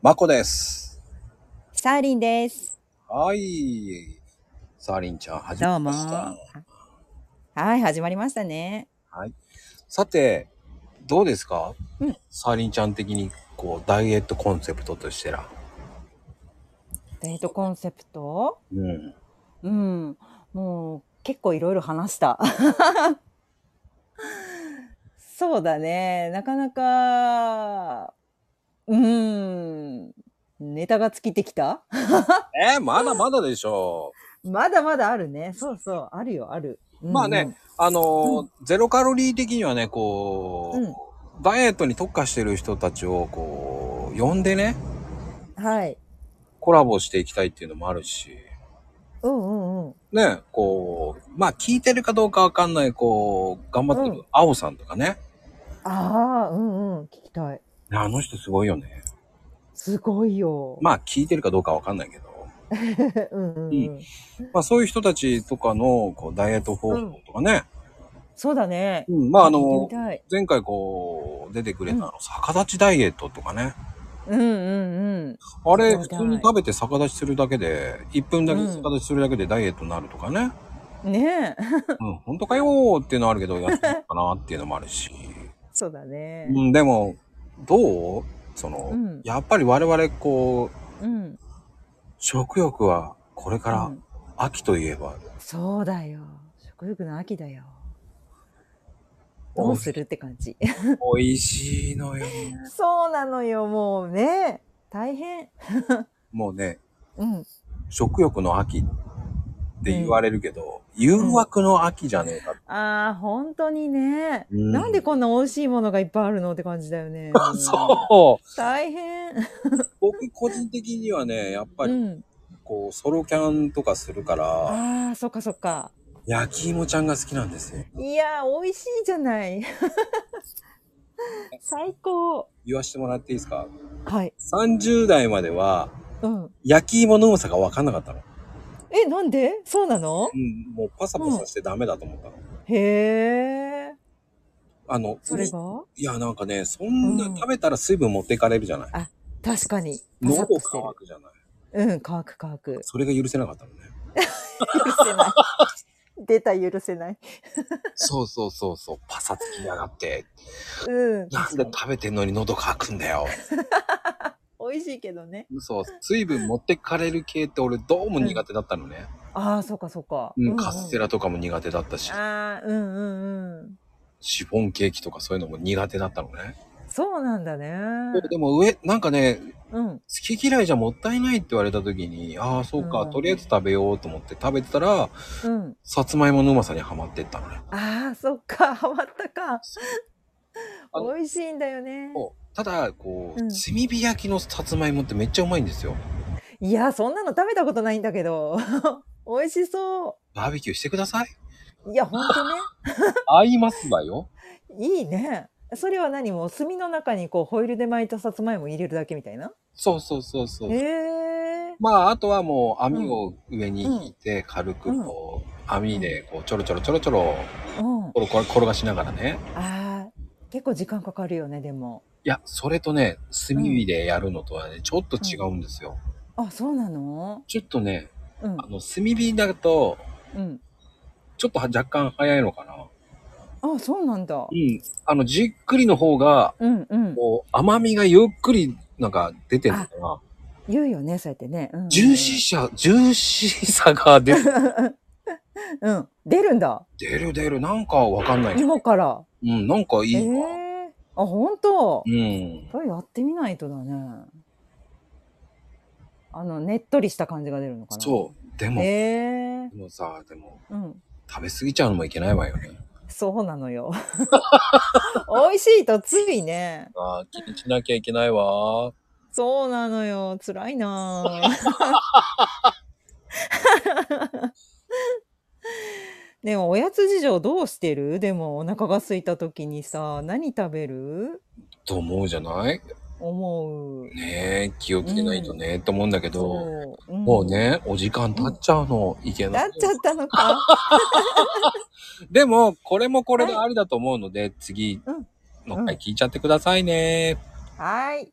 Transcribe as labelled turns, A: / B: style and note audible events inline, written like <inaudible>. A: まこです。
B: サーリンです。
A: はい。サーリンちゃん、始
B: ど
A: ま
B: う
A: り
B: も。
A: ました
B: は。はい、始まりましたね。
A: さて、どうですか、
B: うん
A: サーリンちゃん的に、こう、ダイエットコンセプトとしてら。
B: デートコンセプト
A: うん。
B: うん。もう結構いろいろ話した。そうだね。なかなか、うん。ネタが尽きてきた
A: えーまだまだでしょ
B: まだまだあるね。そうそう。あるよ、ある。
A: まあねう。あのーゼロカロリー的にはね、こう、
B: うん
A: ダイエットに特化してる人たちを、こう、呼んでね、
B: うん。はい。
A: コラボしていきたいっていうのもあるし、
B: うんうんうん。
A: ね、こう、まあ、聞いてるかどうかわかんない、こう、頑張って
B: う
A: る、青さんとかね。
B: ああ、うんうん。聞きたい。
A: ねあの人すごいよね。
B: すごいよ。
A: まあ聞いてるかどうかわかんないけど、
B: <laughs> うんうんう
A: いい
B: ん。
A: まあそういう人たちとかのこうダイエット方法とかね、
B: そうだね。
A: うんまああ
B: 聞い
A: の
B: て、みたい
A: 前回こう出てくれたあの
B: う
A: 逆立ちダイエットとかね、
B: うんうんうん。
A: あれ
B: はい
A: 普通に食べて逆立ちするだけで、1分だけ
B: うん
A: 逆立ちするだけでダイエットになるとかね、
B: <laughs> ねえ。 <laughs>
A: うん、本当かよーっていうのはあるけど、やってるのかなっていうのもあるし、
B: そうだね。
A: うん、でも、どうその、
B: うん
A: やっぱり我々こう、
B: うん。
A: 食欲はこれか
B: う
A: ら
B: ん
A: 秋といえば、
B: そうだよ。食欲の秋だよ。どうするって感じ。
A: 美味しいのよね。
B: そうなのよ、もうね。大変。
A: もうね、
B: うん。
A: 食欲の秋って言われるけど、誘惑の秋じゃねえか。
B: ああ、本当にね。
A: うん
B: なんでこんな美味しいものがいっぱいあるのって感じだよね。
A: <laughs> そう
B: う。大変。
A: 僕個人的にはね、やっぱ
B: う
A: り
B: ん。
A: こう、ソロキャンとかするから、
B: ああ、そっかそっか。
A: 焼き芋ちゃんが好きなんですよ。
B: いやー、美味しいじ
A: <laughs>
B: ゃない。最高。
A: 言わしてもらっていいですか
B: はい。
A: ?30 代までは、
B: うん。
A: 焼き芋のうまさが分かんなかったの。
B: え、なんでそうなの
A: うん、もうパサパサしてダメだと思ったの。
B: へえ。
A: あの、
B: それが
A: いや、なんかね、そんな
B: うん
A: 食べたら水分持っていかれるじゃない。
B: 確かに。
A: 喉
B: パサッとしてる
A: 乾くじゃない。
B: うん、乾く乾く。
A: それが許せなかったのね。
B: 許せない。出た許せない。
A: そうそうそうそう、パサつきやがって。
B: うん。
A: なんで食べてんのに喉乾くんだ <laughs> よ。
B: 美味しいけどね。
A: そう、水分持ってかれる系って俺どうも苦手だったのね。
B: ああ、そうかそうか。
A: うん、カステラとかも苦手だったし、
B: ああ、うんうんうん。
A: シフォンケーキとかそういうのも苦手だったのね。
B: そうなんだね。
A: でも上、なんかね、
B: うん。
A: 好き嫌いじゃもったいないって言われた時に、ああ、そうか、
B: うん
A: とりあえず食べようと思って食べてたら、
B: うん。
A: さつまいものうまさにはまってったのね。
B: ああ、そっか。ハマったか
A: そうあ。の
B: 美味しいんだよね。
A: そうただ、こう、
B: うん
A: 炭火焼きのさつまいもってめっちゃうまいんですよ。
B: いや、そんなの食べたことないんだけど。美味しそ
A: バーベキューしてください。
B: う。いや、ほんとね。
A: 合いますわよ。
B: いいね。それは何もう炭の中にこうホイルで巻いたさつまいも入れるだけみたいな。
A: そうそうそうそう。
B: へえ。
A: まあ、あとはもう網を上に引いて、軽くこう、網でこうちょろちょろちょろちょろ、
B: うん。
A: これこれ転がしながらね。
B: ああ、結構時間かかるよね、でも。
A: いや、それとね、炭火でやるのとはね、ちょっと違うんですよ。
B: あ、そうなの
A: ちょっとね、
B: うん
A: あ。の、炭火だと、
B: うん。
A: ちょっとは若干早いのかな。
B: あ、そうなんだ
A: う。ん。あの、じっくりの方が、
B: うんうん。
A: こう、甘みがゆっくり、なんか出てるのかな。
B: 言うよね、そうやってね。うんうんうん
A: ジューシーさ、ジューシーさが出る。
B: うん。出るんだ。
A: <laughs> 出る出る。なんかわかんないけど。
B: 芋から。
A: うん、なんかいい
B: え
A: わ。
B: え。あ、ほんと。
A: うん。
B: これやってみないとだね。あの、ねっとりした感じが出るのかな。
A: そう。でも、
B: ええ。
A: でもさ、でも、
B: うん。
A: 食べ過ぎちゃうのもいけないわよね。
B: そうなのよ。 <laughs> 美味しいとついね。
A: ああ、気にしなきゃいけないわ。
B: そうなのよ。辛いな <laughs> あでもおやつ事情どうしてるでもお腹が空いた時にさ、何食べる
A: と思うじゃない
B: 思う。
A: ねえ、気をつけないとね、と思うんだけど、
B: う、ん
A: もう。ね、お時間経っちゃうの、いけな
B: なっ
A: い。
B: ちゃったのか。 <laughs>
A: でも、これもこれでありだと思うので、次
B: うん
A: の回聞いちゃってくださいね。
B: はい。